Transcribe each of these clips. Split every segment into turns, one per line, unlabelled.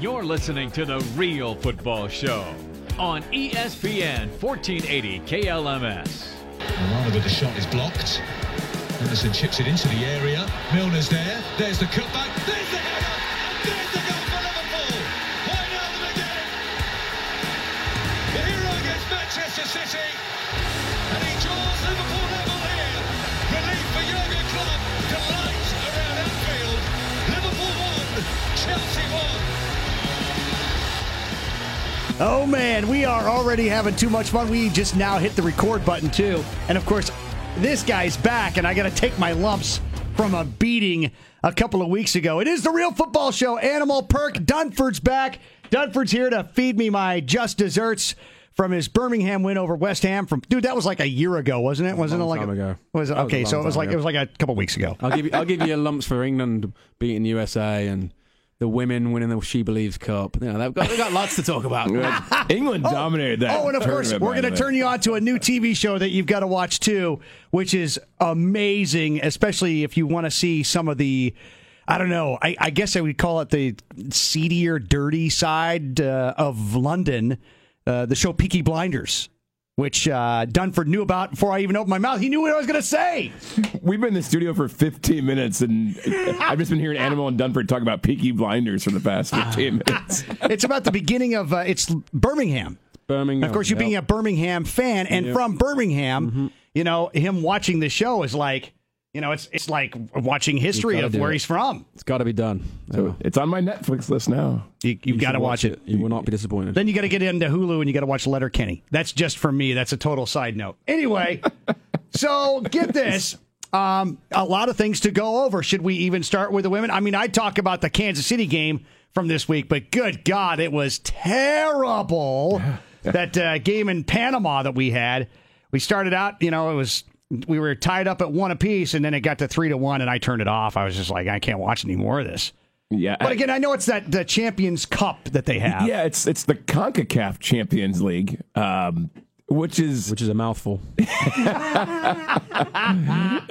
You're listening to The Real Football Show on E ESPN 1480 KLMS.
Rather, but the shot is blocked. Henderson chips it into the area. Milner's there. There's the cutback. There's the header. And there's the goal for Liverpool. Why not them again? The hero against Manchester City. And he draws Liverpool level here. Relief for Jurgen Klopp. Delight around Anfield. Liverpool 1, Chelsea 1.
Oh man, we are already having too much fun. We just now hit the record button too. And of course, this guy's back and I got to take my lumps from a beating a couple of weeks ago. It is the real football show. Animal Perk Dunford's back. Dunford's here to feed me my just desserts from his Birmingham win over West Ham from Dude, that was like a year ago, wasn't it? Wasn't
long
it like
time
a,
ago.
Was it?
That was a
Okay, so
long
it was
time
like
ago.
it was like a couple weeks ago.
I'll give you, I'll give you lumps for England beating USA and the women winning the She Believes Cup. You know, they've got, they've got lots to talk about.
England dominated that.
Oh, and of course,
tournament,
we're
by
going to
the
turn
way.
you on to a new TV show that you've got to watch too, which is amazing, especially if you want to see some of the. I don't know. I, I guess I would call it the seedier, dirty side uh, of London. Uh, the show Peaky Blinders, which uh, Dunford knew about before I even opened my mouth. He knew what I was going to say.
We've been in the studio for 15 minutes, and I've just been hearing Animal and Dunford talk about Peaky Blinders for the past 15
Ah.
minutes.
It's about the beginning of uh, it's Birmingham.
Birmingham.
Of course, you being a Birmingham fan and from Birmingham, you know, him watching the show is like, you know, it's it's like watching history
gotta
of
do
where
it.
he's from.
it's got to be done.
So it's on my Netflix list now.
You, you've got to watch it.
You will not be disappointed.
Then you got to get into Hulu and you got to watch Letter Kenny. That's just for me. That's a total side note. Anyway, so get this. Um, a lot of things to go over. Should we even start with the women? I mean, I talk about the Kansas City game from this week, but good God, it was terrible. that uh, game in Panama that we had. We started out, you know, it was we were tied up at one apiece, and then it got to three to one, and I turned it off. I was just like, I can't watch any more of this.
Yeah.
But again, I know it's that the Champions Cup that they have.
yeah, it's it's the CONCACAF Champions League, um, which is
which is a mouthful.
and,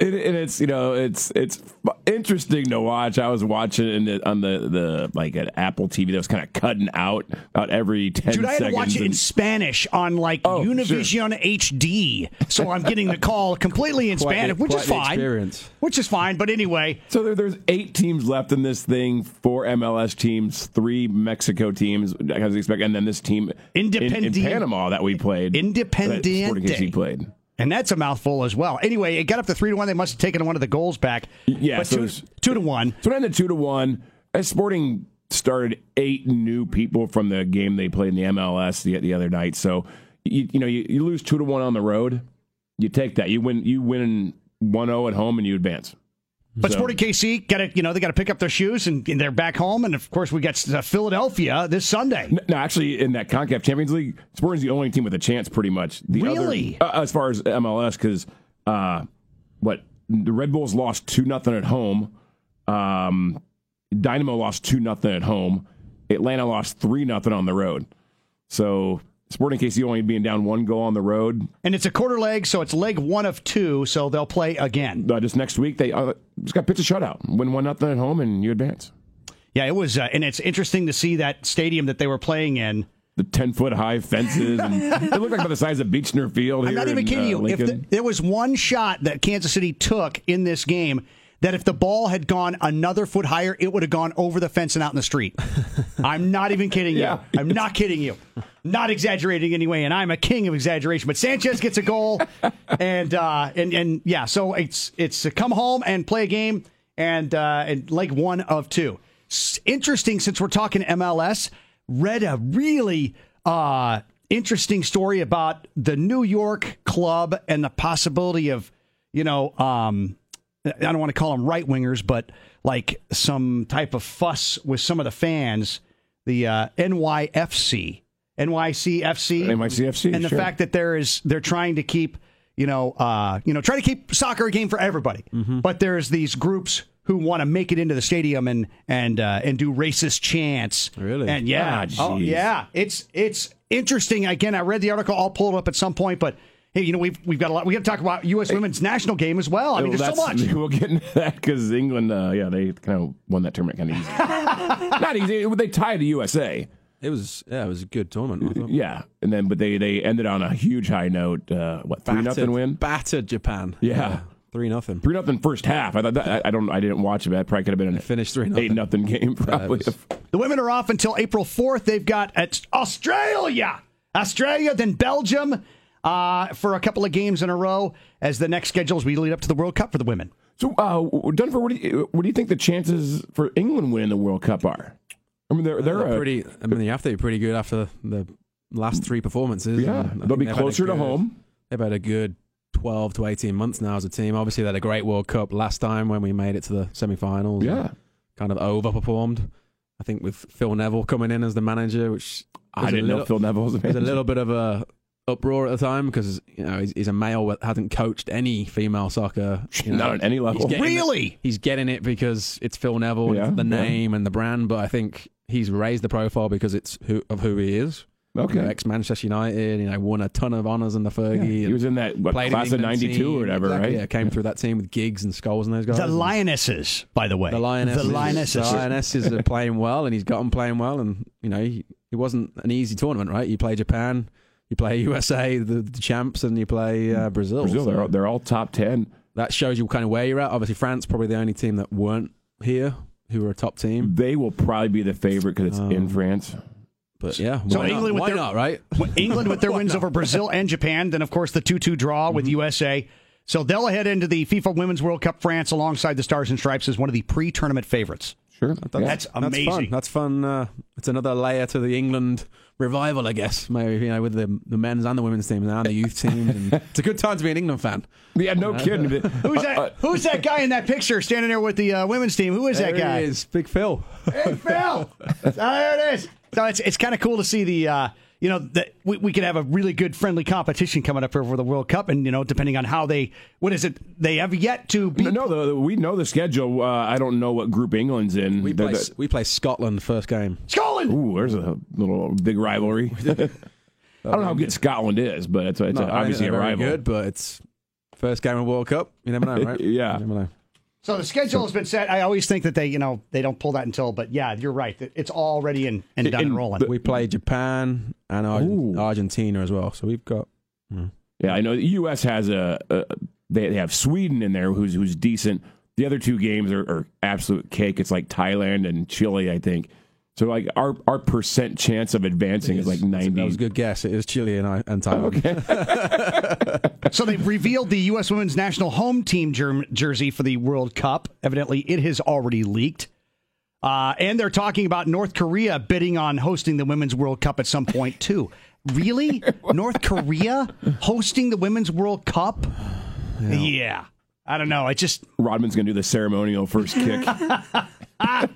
and it's you know it's it's f- interesting to watch. I was watching it in- on the the like an Apple TV that was kind of cutting out about every 10
Dude, I had
seconds.
to watch it in
and-
Spanish on like
Oh, sure.
Univision HD, so I'm getting the call completely in
Quite the-
Spanish, which
quite
is
the
fine.
experience.
Which is fine, but anyway,
So there, there's eight teams left in this thing. Four MLS teams, three Mexico teams, as you expect, and then this team in- in,
Independiente.
Panama that we played. that Sporting KC
Independiente.
played.
and that's a mouthful as well. Anyway, it got up to three to one. They must have taken one of the goals back.
Yeah,
but
so
two,
it's-
two to one.
So then the two to one, as Sporting started eight new people from the game they played in the MLS the, the other night. So you, you know you, you lose two to one on the road, you take that. You win you win 1-0 at home and you advance.
But
So-
Sporting KC got to, you know, they got to pick up their shoes and, and they're back home. And of course, we got uh, Philadelphia this Sunday.
No, actually, in that CONCACAF Champions League, Sporting's the only team with a chance, pretty much. The
Really?
Other, uh, as far as MLS, because uh, what the Red Bulls lost two nothing at home. Um, Dynamo lost two nothing at home. Atlanta lost three nothing on the road. So Sporting KC only being down one goal on the road.
And it's a quarter leg, so it's leg one of two. So they'll play again.
Uh, just next week, they uh, just got pitched a shutout, win one nothing at home, and you advance.
Yeah, it was, uh, and it's interesting to see that stadium that they were playing in.
The ten foot high fences. And it looked like about the size of Beechner Field.
I'm
here
not even
in,
kidding
uh,
you. If
Lincoln.
the, there was one shot that Kansas City took in this game, that if the ball had gone another foot higher, it would have gone over the fence and out in the street. I'm not even kidding
Yeah.
you. I'm not kidding you. Not exaggerating anyway, and I'm a king of exaggeration. But Sanchez gets a goal, and uh, and and yeah, so it's it's to come home and play a game, and uh, and like one of two. S- interesting, since we're talking MLS, read a really uh, interesting story about the New York club and the possibility of you know um, I don't want to call them right wingers, but like some type of fuss with some of the fans, the uh, NYFC, NYCFC,
NYCFC,
and the
sure.
fact that there is they're trying to keep you know uh, you know try to keep soccer a game for everybody,
Mm-hmm.
but there's these groups who want to make it into the stadium and and uh, and do racist chants.
Really?
And yeah,
Ah,
oh,
jeez.
yeah, it's it's interesting. Again, I read the article. I'll pull it up at some point, but. Hey, you know we've we've got a lot. We got to talk about U.S. women's national game as well. I mean,
Well,
there's so much.
that's- We'll get into that because England, uh, yeah, they kind of won that tournament kind of easy. Not easy. They tied the USA.
It was yeah, it was a good tournament. I thought.
Yeah, and then but they they ended on a huge high note. Uh, what three nothing win?
battered Japan.
Yeah.
three nothing.
Three nothing first half. I thought that, I, I don't. I didn't watch it. That probably could have been an
finished 3-0.
eight nothing game. Probably.
was-
The women are off until April 4th. They've got at Australia, Australia, then Belgium uh, for a couple of games in a row as the next schedules we lead up to the World Cup for the women.
So, uh, Dunford, what do you what do you think the chances for England winning the World Cup are? I mean, they're they're,
They're
a-
pretty. I mean, you have to be pretty good after the last three performances.
Yeah,
And I
they'll
think
be
they've had a
closer to
good-
home.
They've had a good twelve to eighteen months now as a team. Obviously, they had a great World Cup last time when we made it to the semi-finals.
Yeah.
kind of overperformed. I think with Phil Neville coming in as the manager, which
I
is a
didn't know
little-
Phil Neville was a
There's a little bit of a uproar at the time because you know he's, he's a male that hasn't coached any female soccer. You know.
Not on any level.
He's getting it-
Really?
he's getting it because it's Phil Neville,
Yeah,
and the
yeah.
name and the brand. But I think he's raised the profile because it's who, of who he is.
Okay.
ex Manchester United, you know, won a ton of honors in the
Yeah.
Fergie.
He was in that what,
played in
class of
England's
'92
team.
or whatever,
Exactly, Yeah,
right?
came through that team with Gigs and Skulls and those guys.
The
And
Lionesses, by the way.
the Lionesses.
The Lionesses.
The Lionesses are playing well, and he's got them playing well. And you know, he, it wasn't an easy tournament, right? You play Japan, you play USA, the, the champs, and you play
Hmm.
uh, Brazil.
Brazil,
So
they're all, they're all top ten.
that shows you kind of where you're at. Obviously, France probably the only team that weren't here, who were a top team.
They will probably be the favorite because it's
Oh.
in France.
But yeah,
So
why
England
not?
with
Why
their-
not, right?
Well, England with their wins over Brazil and Japan, then of course the 2-2 draw
Mm-hmm.
with USA. So they'll head into the FIFA Women's World Cup France alongside the Stars and Stripes as one of the pre-tournament favorites.
Sure,
That's amazing.
That's fun. That's fun. Uh, it's another layer to the England revival, I guess. Maybe you know, with the, the men's and the women's teams now, and the youth teams. And it's a good time to be an England fan.
yeah, no kidding.
Uh,
Who's that? who's that guy in that picture standing there with the uh, women's team? Who is that
There
guy?
he is, Big Phil.
Hey, Phil. so there it is. So it's it's kind of cool to see the. Uh, you know that we, we could have a really good friendly competition coming up here for the World Cup, and you know depending on how they, what is it they have yet to beat.
No, no the, the- we know the schedule. Uh, I don't know what group England's in.
We
The-
play,
the-
we play Scotland first game.
Scotland.
ooh, there's a little big rivalry. I don't know how good Scotland is, but it's, it's
No, I think
obviously
they're
a
very
rival.
good, but it's first game of World Cup. You never know, right?
Yeah.
you never know.
So the schedule has been set. I always think that they, you know, they don't pull that until, but yeah, you're right. It's already in and done
In
and rolling.
We play Japan and Argent-
Ooh.
Argentina as well. So we've got
Yeah, I know the U.S. has a, a they they have Sweden in there, who's who's decent. The other two games are, are absolute cake. It's like Thailand and Chile, I think. So like our our percent chance of advancing is like ninety.
that was a good guess. It is Chile and, I- and Thailand.
so they revealed the U.S. women's national home team germ- jersey for the World Cup. Evidently, it has already leaked. Uh, and they're talking about North Korea bidding on hosting the Women's World Cup at some point, too. Really? North Korea hosting the Women's World Cup? Yeah. I don't know. I just,
Rodman's gonna do the ceremonial first kick.
I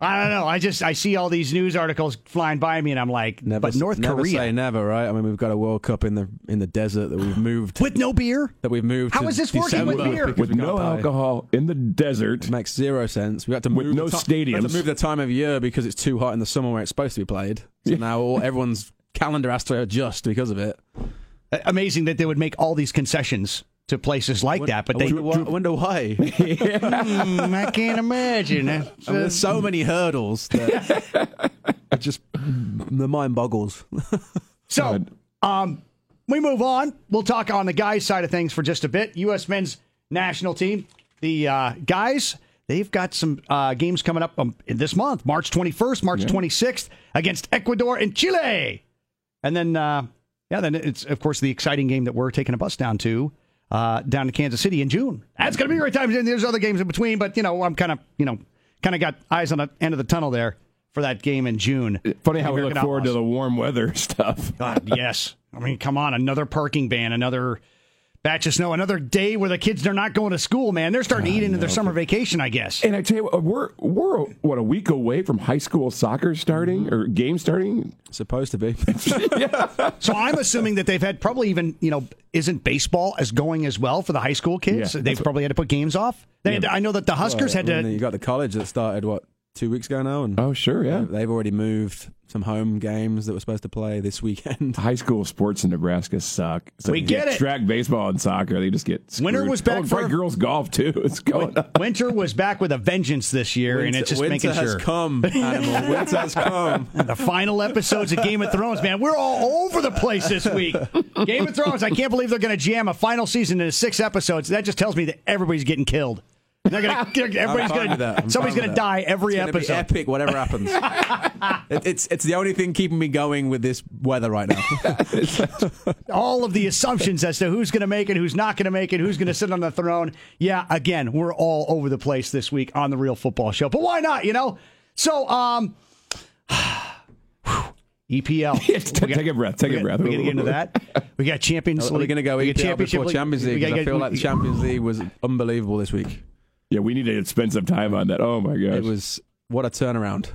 don't know. I just, I see all these news articles flying by me and I'm like,
Never,
but
s-
North
never
Korea
say never, right? I mean, we've got a World Cup in the in the desert that we've moved
with no beer?
that we've moved.
How
to
is this working with
December
beer?
because
with
we can't
no
play.
alcohol in the desert.
It makes zero sense. We had to
With
move
no
the ti- we had
stadiums.
to move the time of year because it's too hot in the summer where it's supposed to be played. So now all, everyone's calendar has to adjust because of it.
amazing that they would make all these concessions to places like that, but they
I wonder, why- I wonder why. I mean,
Mm, I can't imagine. It's, uh,
there's so many hurdles that it just the mind boggles.
So, um, we move on. We'll talk on the guys' side of things for just a bit. U.S. men's national team. The uh, guys, they've got some uh, games coming up um, in this month March 21st, March 26th against Ecuador and Chile. And then, uh, yeah, then it's, of course, the exciting game that we're taking a bus down to. Uh, down to Kansas City in June. That's going to be a great time. And There's other games in between, but you know I'm kind of you know kind of got eyes on the end of the tunnel there for that game in June.
Funny how we look
American
forward
Outlaws.
to the warm weather stuff.
God, yes. I mean, come on, another parking ban, another batch of snow, another day where the kids they're not going to school, man. They're starting to eat into their summer vacation, I guess.
And I tell you, what, we're we're what a week away from high school soccer
Mm-hmm.
starting or game starting.
supposed to be.
So I'm assuming that they've had probably even, you know, isn't baseball as going as well for the high school kids?
Yeah,
they've probably had to put games off. They had to- I know that the Huskers had
I mean,
to
you got the college that started what two weeks ago now, and
Oh, sure, yeah.
they've already moved some home games that were supposed to play this weekend.
High school sports in Nebraska suck. So
We
you
get it.
Track baseball and soccer, they just get. Screwed.
Winter was back
Oh, and probably
for-
girls golf too. It's going up.
Winter was back with a vengeance this year, and it's just
winter
making
has
sure.
come, animal. Winter has come.
the final episodes of Game of Thrones, man. We're all over the place this week. Game of Thrones, I can't believe they're going to jam a final season into six episodes. That just tells me that everybody's getting killed. They're gonna, everybody's
I'm fine with that.
gonna,
I'm
somebody's
fine
gonna
with
die
that.
every
it's gonna
episode.
Be epic, whatever happens. It- it's it's the only thing keeping me going with this weather right now.
All of the assumptions as to who's gonna make it, who's not gonna make it, who's gonna sit on the throne. Yeah, again, we're all over the place this week on the Real Football Show. But why not? You know. So, um, E EPL.
take a breath. Take a breath.
We're gonna get into that. We got Champions
We're
League.
going to go
We got
EPL before
League.
Champions
We
League
gotta
because I
get-
feel like the Champions League was unbelievable this week.
Yeah, we need to spend some time on that. Oh my gosh.
It was what a turnaround.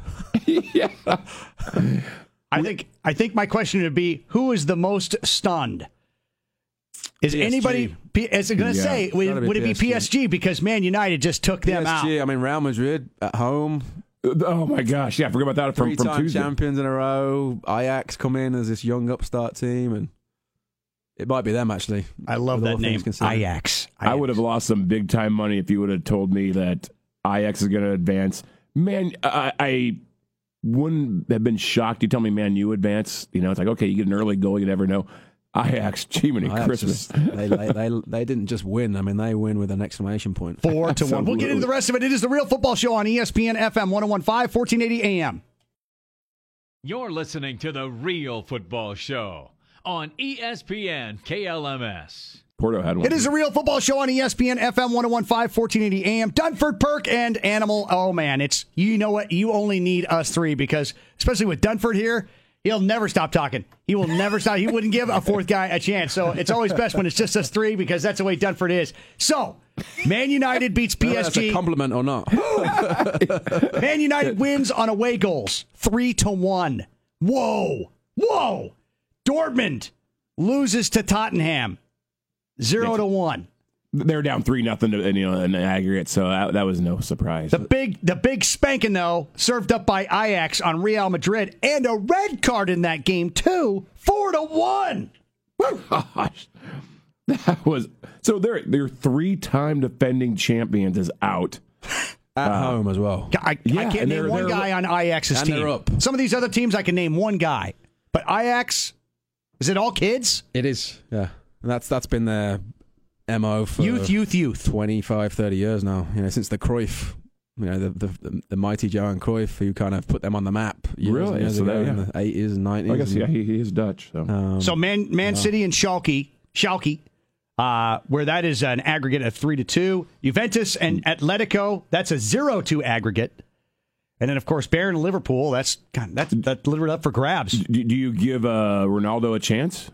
I think. I think my question would be: Who is the most stunned? Is
PSG.
anybody? P- Is it going to
Yeah.
say?
It's
Would,
gotta be
would it be
PSG.
PSG because Man United just took them out?
PSG, I mean Real Madrid at home,
oh my gosh. Yeah, I forgot about that from, from
three-time
Tuesday.
champions in a row. Ajax come in as this young upstart team, and it might be them actually.
I love
With all
that name,
things considered.
Ajax.
I would have lost some big time money if you would have told me that IX is going to advance. Man, I, I wouldn't have been shocked. You tell me, man, you advance. You know, it's like okay, you get an early goal. You never know. IX, Jiminy
Ajax
Christmas.
just- they, they, they, they didn't just win. I mean, they win with an exclamation point.
four to one. We'll get
Absolutely.
into the rest of it. It is the Real Football Show on E ESPN FM 101.5 1480 AM.
You're listening to The Real Football Show on E ESPN KLMS.
Porto had one.
It is a real football show on E ESPN FM 1015 1480 AM. Dunford Perk and Animal. Oh man, it's you know what? You only need us three because especially with Dunford here, he'll never stop talking. He will never stop. He wouldn't give a fourth guy a chance. So it's always best when it's just us three because that's the way Dunford is. So Man United beats
Whether That's a
PSG.
compliment or not.
Man United wins on away goals, three to one. Whoa, whoa! Dortmund loses to Tottenham, zero to one.
they were down three nothing to you know in the aggregate, so that, that was no surprise.
The big, the big spanking though, served up by Ajax on Real Madrid, and a red card in that game too, four to one.
Gosh, that was so. Their their three time defending champions is out.
At home as well.
I, I
Yeah,
can't name
and they're-
one
they're-
guy on Ajax's
and
team.
they're up.
Some of these other teams, I can name one guy, but Ajax, is it all kids?
It is. Yeah. And that's that's been their MO
Uh,
for
Youth, youth, youth.
25, 30 years now, you know, since the Cruyff, you know, the the, the mighty Johan Cruyff who kind of put them on the map years
Really?
and years
So
ago
that-
in
yeah.
the 80s and 90s.
I guess
and-
yeah, he, he is Dutch. So
So Man, Man City and Schalke, Schalke, uh, where that is an aggregate of three to two. Juventus and
Hmm.
Atletico, that's a zero to aggregate. And then of course Bayern and Liverpool, that's God, that's that literally up for grabs.
do, do you give uh, Ronaldo a chance?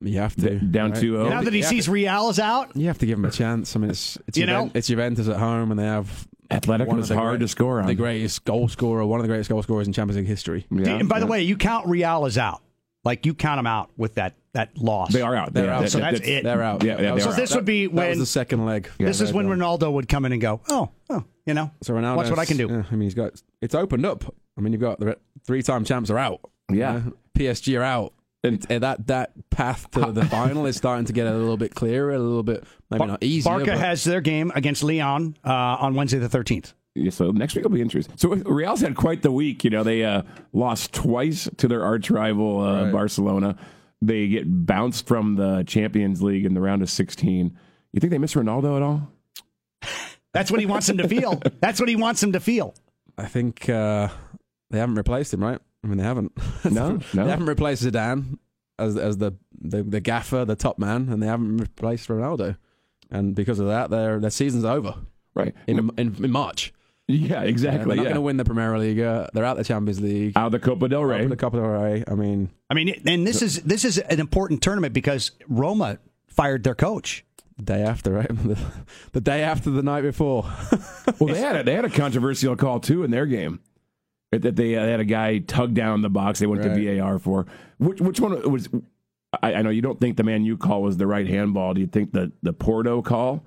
You have to.
Down
right?
two oh? zero.
Now that he sees Real is out,
You have to give them a chance. I mean, it's it's,
You
Juven-
know?
it's Juventus at home, and they have
Atletico
one of
is
the
hard to score on.
The greatest goal scorer, one of the greatest goal scorers in Champions League history.
Yeah,
and by the
yeah.
way, you count Real is out. Like you count them out with that that loss.
they are out.
They're
Yeah,
out.
that-
So
that-
that's it.
They're out.
Yeah, yeah,
That was-
they are
So this
that-
would be
that was
when
the second leg.
this is when Ronaldo would come in and go, oh, oh, you know,
So Ronaldo.
watch what I can do.
I mean, he's got it's opened up. I mean, you've got the three-time champs are out.
Yeah.
You know, PSG are out.
And-
And that that path to the final is starting to get a little bit clearer, a little bit maybe not easier.
Barca
but
has their game against Leon uh, on Wednesday the thirteenth.
Yeah, so next week will be interesting. So Real's had quite the week. You know, they uh, lost twice to their arch rival uh, Barcelona. They get bounced from the Champions League in the round of 16. You think they miss Ronaldo at all?
That's what he wants them to feel. That's what he wants them to feel.
I think uh, they haven't replaced him, right? I mean, they haven't.
No, no.
They haven't replaced Zidane as as the, the the gaffer, the top man, and they haven't replaced Ronaldo. And because of that, their their season's over
Right.
in in, in March.
yeah,
They're not
exactly.
going
yeah.
to win the Premier League. Uh, they're out the Champions League.
Out of the Copa del Rey.
Up the Copa del Rey. I mean,
I mean, and this is this is an important tournament because Roma fired their coach.
the day after, right? The, the day after the night before.
Well, they had a, they had a controversial call too in their game. That- That they, uh, had a guy tug down the box. They went
Right.
to VAR for which which one was I, I know you don't think the Man U call was the right handball. Do you think the the Porto call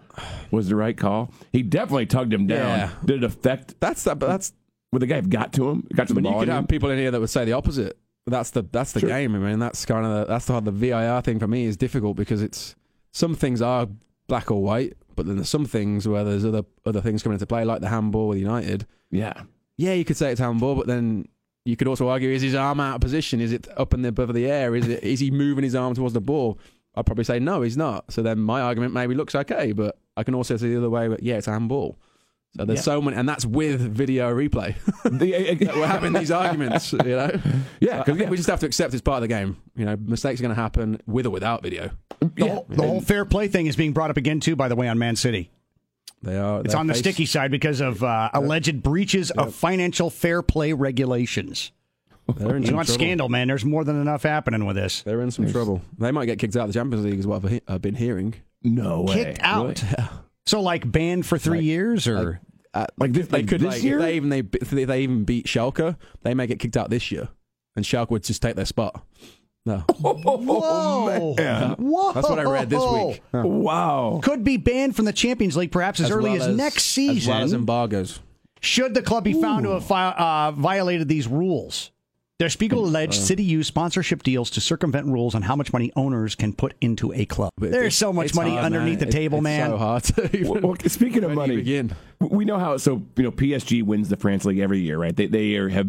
was the right call? He definitely tugged him down.
Yeah.
Did it affect?
That's that. But that's
Would the guy have got to him? Got
I
to the
mean, you
ball?
could
in him?
have people in here that would say the opposite. That's the that's the game. I mean, that's kind of the, that's how the VIR thing for me is difficult because it's some things are black or white, but then there's some things where there's other other things coming into play, like the handball with United.
yeah.
Yeah, you could say it's handball, but then you could also argue: is his arm out of position? Is it up in the above the air? Is it is he moving his arm towards the ball? I'd probably say no, he's not. So then my argument maybe looks okay, but I can also see the other way. But yeah, it's a handball. So there's
Yeah.
so many, and that's with video replay.
The-
we're having these arguments, you know.
Yeah, 'cause
I think we just have to accept it's part of the game. You know, mistakes are going to happen with or without video.
The, whole, the whole fair play thing is being brought up again too, by the way, on Man City.
They are.
It's
they're
on the
faced-
sticky side because of uh, alleged breaches of financial fair play regulations.
They're in
You
some
want
trouble.
scandal, man? There's more than enough happening with this.
They're in some trouble. They might get kicked out of the Champions League, is what I've, he- I've been hearing.
no way.
Kicked out. So like banned for three years, or
Uh,
Like this,
they
like
could.
this
like,
year?
If they even they, if they- they even beat Schalke, they may get kicked out this year, and Schalke would just take their spot. No,
Oh,
whoa, whoa,
oh, that's what I read this
Oh,
week.
Wow.
Could be banned from the Champions League perhaps as, early
well
as, next season.
as well as embargoes.
Should the club be found to have fi- uh, violated these rules? Der Spiegel alleged
uh,
City used sponsorship deals to circumvent rules on how much money owners can put into a club.
But
There's
it's-
so much
it's
money
hard,
underneath the
It-
table,
it's
man.
So hard to even.
Well, well, speaking of
Where do you
money,
begin?
we know how. So you know, PSG wins the France League every year, right? They they are, have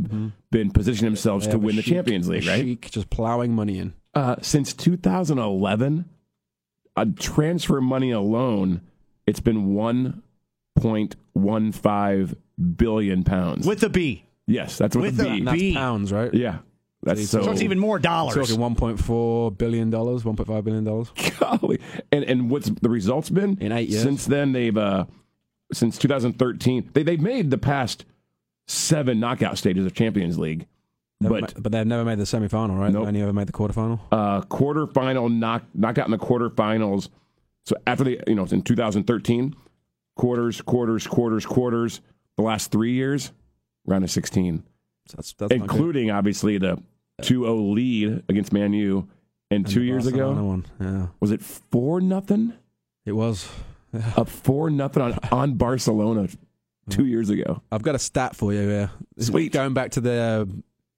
been positioning themselves to
Mm-hmm. have a
win the
chic-
Champions League,
a
right?
chic just plowing money in.
Uh, since 2011, on transfer money alone, it's been 1.15 billion pounds.
With the B.
yes, that's with,
with
the
the-
B.
And that's
B.
pounds, right?
yeah, that's so.
So
Oh.
it's even more dollars.
Talking 1.4 billion dollars, 1.5 billion dollars.
Golly. And and what's the results been
In eight years.
Since then, they've uh, since 2013, they they've made the past seven knockout stages of Champions League, but
but they've never made the semi-final, right?
Nope.
They've only ever made the quarterfinal.
uh, quarterfinal knock knockout in the quarterfinals. So after the you know it's in 2013, quarters, quarters, quarters, quarters. The last three years, round of 16,
So that's that's not good.
including obviously the 2-0 lead against Man U, and,
And
two
the
years ago
Barcelona One. Yeah,
was it four nothing?
it was.
up four nothing on, on Barcelona two years ago.
I've got a stat for you here. This is
Sweet.
Going back to the uh,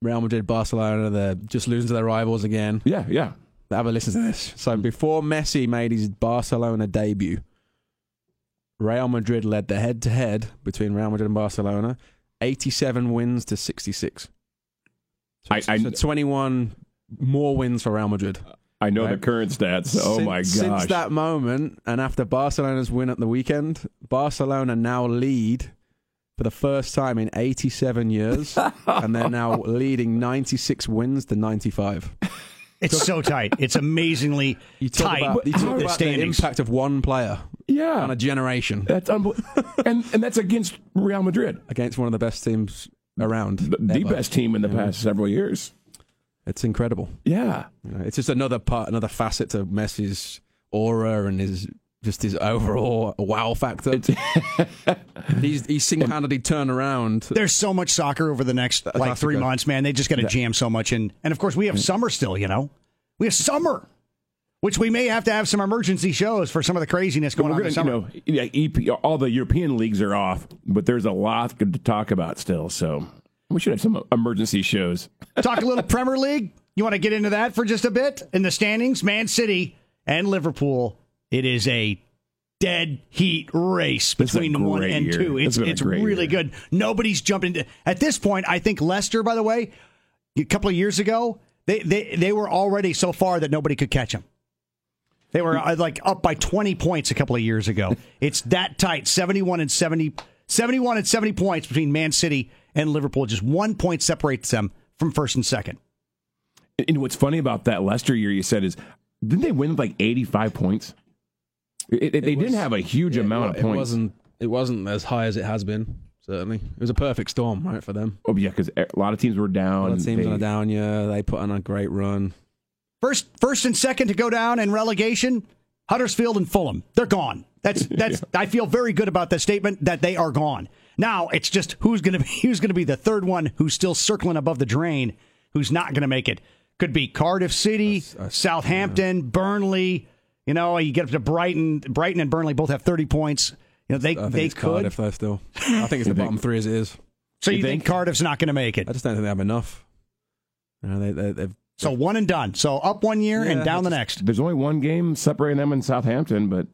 Real Madrid, Barcelona, they're just losing to their rivals again.
Yeah, yeah.
Have a listen to this. So
Hmm.
before Messi made his Barcelona debut, Real Madrid led the head-to-head between Real Madrid and Barcelona, 87 wins to 66. So,
I-
it's-
I-
so 21 more wins for Real Madrid.
I know the
Right.
current stats. oh
Since-
my gosh.
Since that moment, and after Barcelona's win at the weekend, Barcelona now lead for the first time in 87 years, and they're now leading 96 wins to 95.
It's so tight. It's amazingly
You talk
tight.
about, you talk
the
about the
standings.
impact of one player on
yeah.
a generation
That's unbelievable. and and that's against Real Madrid,
against one of the best teams around.
the, the
ever.
best team in the past several years.
It's incredible.
Yeah.
You know, it's just another part, another facet to Messi's aura and his just his overall wow factor. he's he's single-handedly turned around
There's so much soccer over the next like three
good.
months, man. They just got to jam so much, and and of course we
Mm.
have summer still. You know, we have summer, which we may have to have some emergency shows for some of the craziness
But
going on
we're
this
gonna,
summer.
you know, yeah, EP, all the European leagues are off, but there's a lot to talk about still. So we should have some emergency shows.
Talk a little Premier League. You want to get into that for just a bit? In the standings, Man City and Liverpool. It is a dead heat race
This is a
between one
great
and
year.
two.
This
It's
has been a
it's
great
really
year.
good. Nobody's jumping into at this point. I think Leicester, by the way, a couple of years ago, they they they were already so far that nobody could catch them. They were uh, like up by 20 points a couple of years ago. It's that tight, 71 and 70 71 and 70 points between Man City and Liverpool. Just one point separates them from first and second.
And what's funny about that Leicester year you said is, didn't they win like 85 points? It, it- they didn't
was-
have a huge
Yeah,
amount
it,
of
wa- It
points.
wasn't. It wasn't as high as it has been. Certainly, it was a perfect storm, right, for them.
Oh yeah, because a lot of teams were
A
down.
lot of teams
They-
on a down year. They put on a great run.
First first and second to go down in relegation, Huddersfield and Fulham. They're gone. That's that's I feel very good about that statement that they are gone. Now it's just who's gonna be who's gonna be the third one who's still circling above the drain, who's not gonna make it. Could be Cardiff City, Southampton, Burnley. You know, you get up to Brighton. Brighton and Burnley both have 30 points. You know, they,
I think
they
it's
could.
Cardiff though. Still, I think it's the bottom three as it is.
So you,
You
think?
think?
Cardiff's not going to make it?
I just don't think they have enough. You know, they, they, they've
So one and done. So up one year and
Yeah,
down the
that's-
next.
There's only one game separating them in Southampton, but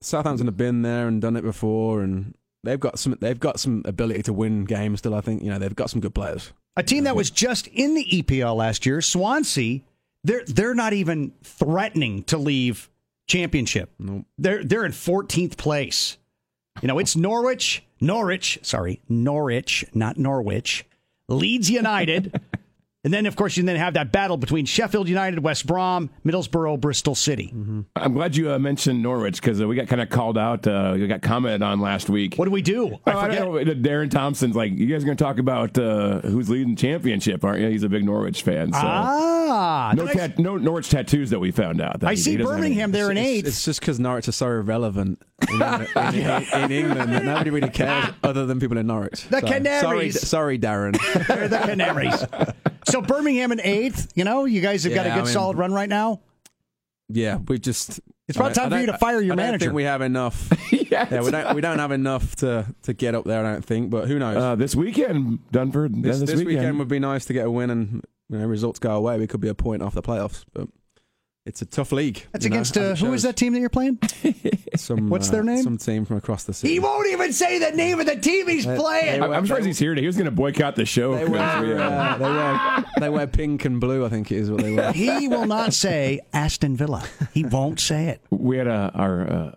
Southampton have been there and done it before, and they've got some. They've got some ability to win games. Still, I think you know they've got some good players.
A team that was just in the EPL last year, Swansea, they're they're not even threatening to leave championship. They're they're in 14th place. You know, it's Norwich, Norwich, sorry, Norwich, not Norwich, Leeds United. and then of course you then have that battle between Sheffield United, West Brom, Middlesbrough, Bristol City.
I'm glad you uh, mentioned Norwich because uh, we got kind of called out. Uh, we got commented on last week.
What do we do?
Oh, I know, uh, Darren Thompson's like, you guys are going to talk about uh, who's leading championship, aren't you? He's a big Norwich fan. So.
ah,
no,
did I-
tat- no Norwich tattoos that we found out. that
I
he- he
see
doesn't have any.
Birmingham there in
It's-
eighth.
It's just because Norwich are so irrelevant in, in, in- in England that nobody really cares other than people in Norwich.
The
so,
Canaries.
Sorry, sorry, Darren.
They're the Canaries. so Birmingham in eighth. You know, you guys have got a
Yeah,
good
I mean-
solid run right now.
yeah, we just.
It's about
I-
time
I
for you
don't-
to fire your
I don't
manager.
think we have enough.
Yeah,
yeah, we don't. We don't have enough to to get up there. I don't think, but who knows?
Uh, this weekend, Dunford.
this,
This,
this weekend. would be nice to get a win and you know, results go away. We could be a point off the playoffs, but it's a tough league.
That's
you know,
against
and
uh,
it
who is
shows.
that team that you're playing?
Some, uh,
What's their name?
Some team from across the city.
He won't even say the name of the team he's playing.
I, am surprised he's here today. He was going to boycott the show.
They
'cause
wear,
we, uh,
uh, they, wear, they wear pink and blue. I think it is what they wear.
He will not say Aston Villa. He won't say it.
we had a, our uh,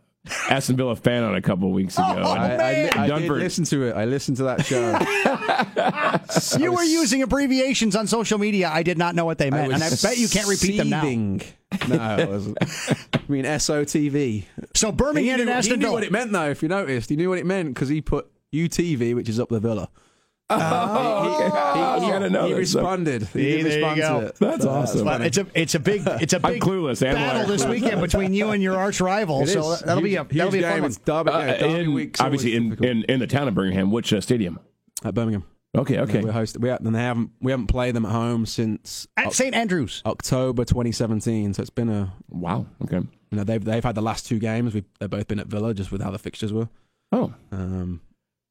Aston Villa fan on a couple weeks ago.
Oh,
and-
I, I, li- I did
Dunford.
listen to it. I listened to that show.
You were using abbreviations on social media. I did not know what they meant, and I bet you can't repeat them now.
seething. No, it wasn't. I mean SOTV.
So
He
Birmingham
knew,
and
he
Aston
knew
Villa.
what it meant though. If you noticed, he knew what it meant because he put UTV, which is up the villa.
Oh,
he,
I gotta know
Oh. he
this.
responded. He
See,
did
there you
respond
go.
to it.
That's awesome.
But it's a it's a big it's a
I'm
big
clueless, and
battle
I'm
this
clueless.
weekend between you and your arch rival.
It
so
is.
that'll be a
Huge-
that'll be
huge
a fun
game.
one.
It's Derby,
Uh,
yeah, Derby
in-
week's always
obviously in,
difficult.
in in the town of Birmingham, which uh, stadium?
at Birmingham.
Okay, okay.
We're hosted. We haven't, and they haven't we haven't played them at home since
At St Andrews.
October 2017. So it's been a
wow. Okay.
you know they've they've had the last two games. We've they've both been at Villa just with how the fixtures were.
Oh,
Um,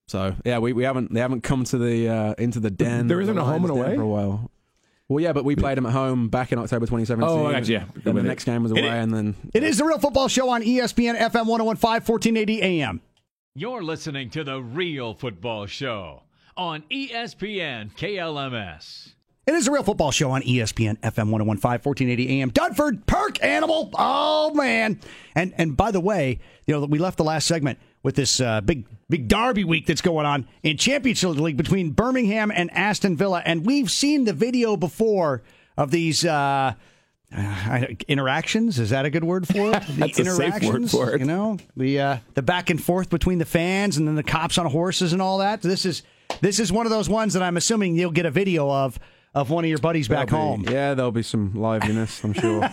so yeah, we, we haven't they haven't come to the uh, into the den.
There isn't
the
a home
Lions'
and
den
away?
for a while. Well, yeah, but we played them at home back in October 2017.
Oh, I got you.
And
Good
the
with it.
next game was away, and then
It is the Real Football Show on E ESPN FM 1015 1480 AM.
You're listening to The Real Football Show on E ESPN KLMS.
It is the Real Football Show on E ESPN FM 1015 1480 AM. Dunford Perk Animal. Oh man. And and by the way, you know, we left the last segment with this uh, big big derby week that's going on in Championship League between Birmingham and Aston Villa and we've seen the video before of these uh I- interactions is that a good word for it? The
That's a safe word for it.
You know the uh, the back and forth between the fans and then the cops on horses and all that. This is this is one of those ones that I'm assuming you'll get a video of of one of your buddies back
There'll be-
home.
Yeah, there'll be some liveliness, I'm sure.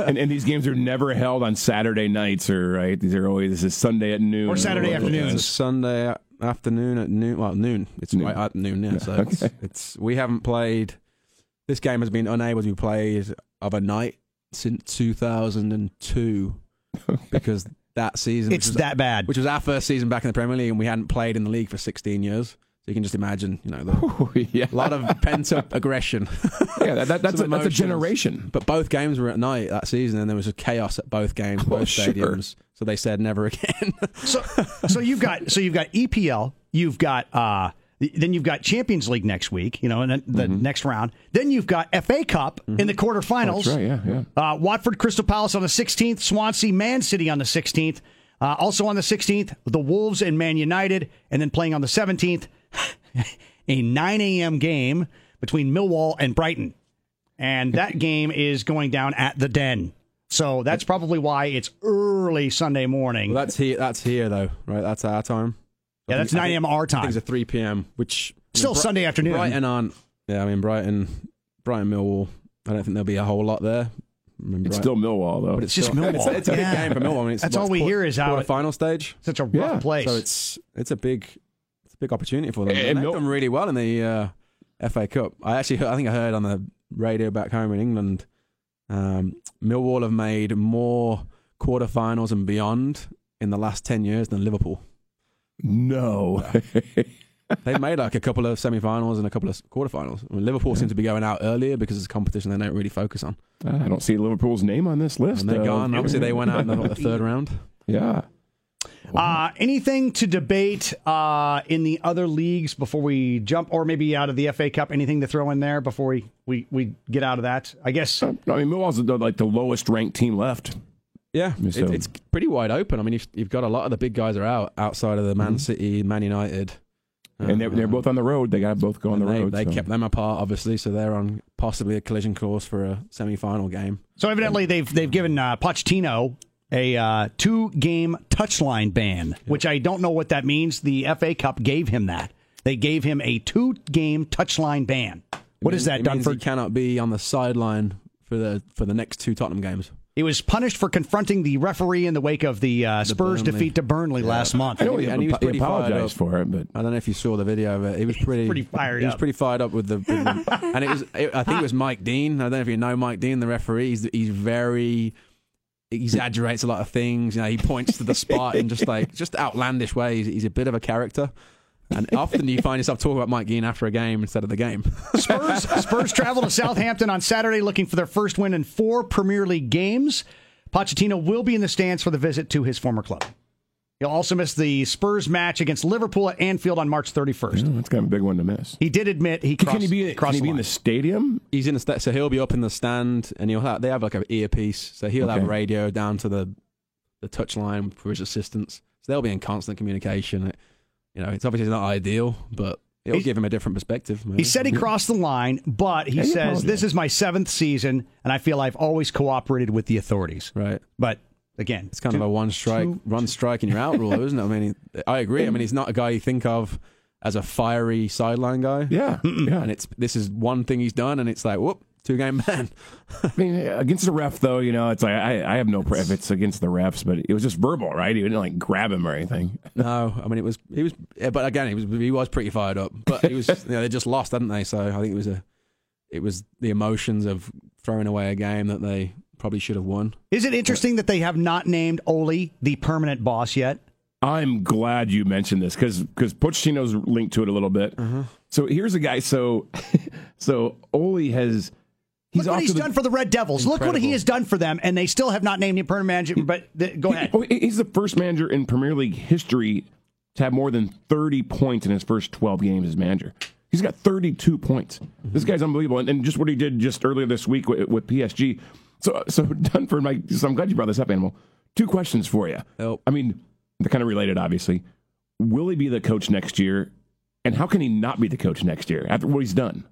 and, and these games are never held on Saturday nights, or right? These are always this is Sunday at noon
Or Saturday
Local
afternoons.
time.
it's a Sunday a- afternoon at noon. Well, noon. It's
Noon.
right at noon now. So it's, it's we haven't played. This game has been unable to be played of a night since 2002 because that season which
It's
was
that bad.
which was our first season back in the Premier League, and we hadn't played in the league for 16 years. So you can just imagine, you know, the,
yeah,
a lot of pent up aggression.
yeah. That, that, that's,
Some
a, that's a
emotions.
generation.
But both games were at night that season, and there was just chaos at both games, both
Well, sure.
stadiums. So they said never again.
So so you've got so you've got EPL, you've got uh then you've got Champions League next week, you know, and then the
Mm-hmm.
next round. Then you've got FA Cup in the quarterfinals.
That's right. Yeah, yeah.
Uh, Watford Crystal Palace on the 16th, Swansea Man City on the 16th. Uh, also on the 16th, the Wolves and Man United, and then playing on the 17th, a 9 a.m. game between Millwall and Brighton. And that game is going down at the Den. So that's probably why it's early Sunday morning.
Well, that's here. That's here though, right? That's our time.
yeah, that's 9 a.m. our time.
Things are 3 p.m., which I mean,
Still
Bri-
Sunday afternoon.
Brighton aren't. Yeah, I mean Brighton, Brighton, Millwall. I don't think there'll be a whole lot there. I mean,
It's
Bright-
still Millwall though.
but
it's just
still-
Millwall.
It's, it's a big
Yeah.
game for Millwall. I mean, it's,
That's
well,
all
it's
we
quar-
hear is how it-
quarterfinal stage.
Such a rough
Yeah.
place.
So it's it's a big it's a big opportunity for them.
And
And they've
Mil-
done really well in the uh, FA Cup. I actually heard, I think I heard on the radio back home in England, um, Millwall have made more quarterfinals and beyond in the last 10 years than Liverpool.
No.
They've made like a couple of semi-finals and a couple of quarterfinals. I mean, Liverpool seem to be going out earlier because it's a competition they don't really focus on.
I don't see Liverpool's name on this list.
And they're
Uh,
gone. Obviously, they went out in the, what, the third round.
Yeah.
Uh, anything to debate uh, in the other leagues before we jump, or maybe out of the FA Cup? Anything to throw in there before we, we, we get out of that? I guess.
I mean, Millwall's the, like the lowest ranked team left.
Yeah,
Yes,
it,
um,
it's pretty wide open. I mean, you've, you've got a lot of the big guys are out outside of the Man City, Man United,
and they're, they're
Uh,
both on the road. They got to both go on
and
the
they,
road.
They
so.
kept them apart, obviously, so they're on possibly a collision course for a semi-final game.
So evidently they've they've given uh, Pochettino a uh, two game touchline ban, which I don't know what that means. The FA Cup gave him that. They gave him a two game touchline ban. What has that
it
done
means
for?
He cannot be on the sideline for the for the next two Tottenham games.
He was punished for confronting the referee in the wake of the uh, Spurs
Burnley.
defeat to Burnley last month.
I know he,
And he was
he
pretty fired up.
apologized for it, but
I don't know if you saw the video of it. He was pretty
pretty fired
He was
up.
pretty fired up with the, with the and it was. It, I think it was Mike Dean. I don't know if you know Mike Dean, the referee. He's, he's very exaggerates a lot of things. You know, he points to the spot in just like just outlandish ways. He's a bit of a character. And often you find yourself talking about Mike Dean after a game instead of the game.
Spurs, Spurs travel to Southampton on Saturday looking for their first win in four Premier League games. Pochettino will be in the stands for the visit to his former club. He'll also miss the Spurs match against Liverpool at Anfield on March 31st.
you know, that's kind of a big one to miss.
He did admit he crossed,
Mm. can he be,
crossed
can he
the
be in
line.
the stadium?
He's in the sta- so he'll be up in the stand, and he'll have, they have like an earpiece, so he'll have
Okay.
radio down to the the touchline for his assistants. So they'll be in constant communication. It- you know, it's obviously not ideal, but it'll
He's-
give him a different perspective.
He
maybe.
said he crossed the line, but he
Yeah, you
says,
apologize.
This is my seventh season, and I feel I've always cooperated with the authorities.
right.
But again,
It's kind of a one strike,
two-
one strike, and you're out rule, isn't it? I mean, he- I agree. I mean, he's not a guy you think of as a fiery sideline guy.
Yeah, yeah.
And it's this is one thing he's done, and it's like, whoop, two game ban.
I mean, against the ref though, you know, it's like I, I have no pre- if it's against the refs, but it was just verbal, right? He didn't like grab him or anything.
No, I mean it was he was, yeah, but again he was he was pretty fired up. But he was, you know, they just lost, hadn't they? So I think it was a, it was the emotions of throwing away a game that they probably should have won.
Is it interesting that they have not named Oli the permanent boss yet?
I'm glad you mentioned this because because Pochettino's linked to it a little bit.
Mm-hmm.
So here's a guy. So so Oli has he's
Look what
off
he's
to the-
done for the Red Devils. Look what he
Incredible.
has done for them, and they still have not named him permanent manager. But th- go ahead.
Oh, he- he's the first manager in Premier League history to have more than 30 points in his first 12 games as manager. He's got 32 points. This guy's unbelievable. And, and just what he did just earlier this week with, with PSG. So, so Dunford, Mike, so I'm glad you brought this up, Animal. Two questions for you.
Help.
I mean, they're kind of related, obviously. Will he be the coach next year? And how can he not be the coach next year after what he's done?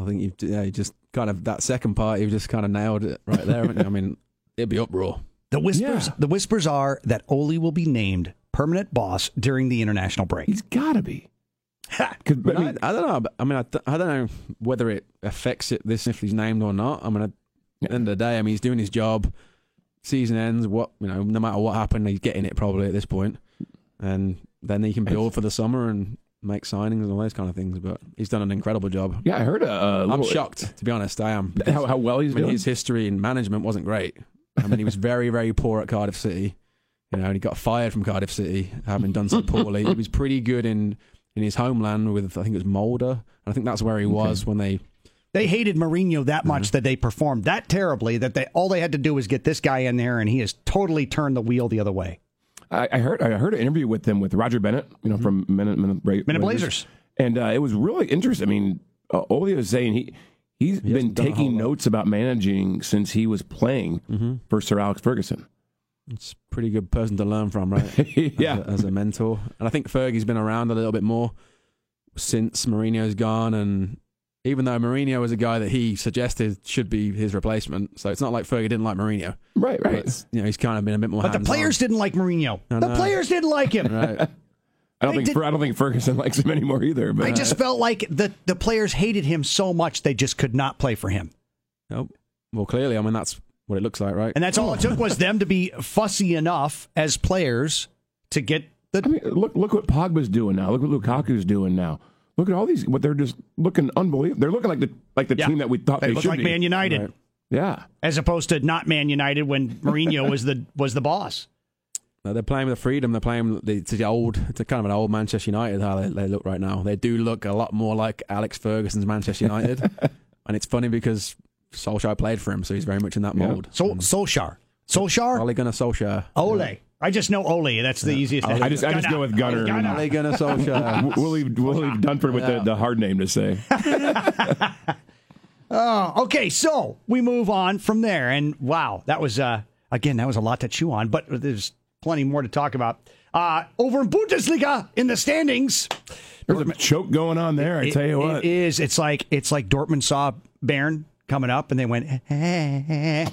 I think you've yeah, you just kind of that second part you just kind of nailed it right there. haven't you? I mean it'd be uproar.
The whispers,
Yeah.
the whispers are that Oli will be named permanent boss during the international break.
He's got to be. 'Cause,
But
I
I,
mean,
I, don't know. but- I mean, I, th- I don't know whether it affects it this if he's named or not. I mean, at the end of the day, I mean, he's doing his job. Season ends. What you know, no matter what happened, he's getting it probably at this point, and then he can build for the summer and make signings and all those kind of things. But he's done an incredible job.
yeah, I heard a, a
I'm
little-
shocked, to be honest. I am. because,
how, how well he's
I mean,
doing.
his history in management wasn't great. I mean, he was very, very poor at Cardiff City. You know, and he got fired from Cardiff City having done so poorly. he was pretty good in in his homeland with I think it was Mulder, and I think that's where he was when they.
They hated Mourinho that
Mm-hmm.
much that they performed that terribly that they all they had to do was get this guy in there, and he has totally turned the wheel the other way.
I, I heard I heard an interview with them with Roger Bennett, you know, from Men, Men, Men,
Mm-hmm. Men in Blazers.
and uh, it was really interesting. I mean, uh, Ole was saying he he's been
hasn't done a whole
taking
lot.
notes about managing since he was playing
Mm-hmm.
for Sir Alex Ferguson.
It's a pretty good person to learn from, right? As
yeah,
a- as a mentor, and I think Fergie's been around a little bit more since Mourinho's gone, and even though Mourinho was a guy that he suggested should be his replacement, so it's not like Fergie didn't like Mourinho.
right,
But,
right.
you know, he's kind of been a bit more.
But the
hands-on.
players didn't like Mourinho.
I
The
know.
players didn't like him.
right?
I don't
They
think
did-
I don't think Ferguson likes him anymore either. But
I just felt like the, the players hated him so much they just could not play for him.
Oh, well, clearly, I mean, that's what it looks like, right?
And that's all it took was them to be fussy enough as players to get the
I mean, look look what Pogba's doing now. Look what Lukaku's doing now. Look at all these. What they're just looking unbelievable. They're looking like the like the
Yeah.
team that we thought
They
they,
look
should
like
be.
Man United,
Right.
yeah,
as opposed to not Man United when Mourinho was the was the boss.
No, they're playing with the freedom. They're playing. with The, it's the old. It's a kind of an old Manchester United how they, they look right now. They do look a lot more like Alex Ferguson's Manchester United, and it's funny because Solskjaer played for him, so he's very much in that
Yeah.
mold.
So Solskjaer. Solskjaer?
Ole Gunnar Solskjaer.
Ole. I just know Ole. That's the easiest.
I just- I just go with Gunner.
Ole Gunnar
Oh,
Solskjaer.
we'll leave we'll leave Dunford with the, the hard name to say.
Okay, so we move on from there, and wow, that was uh, again that was a lot to chew on, but there's plenty more to talk about. Uh, over in Bundesliga in the standings,
There's a choke going on there. I tell you
it-
what.
it is. It's like it's like Dortmund saw Bayern coming up, and they went.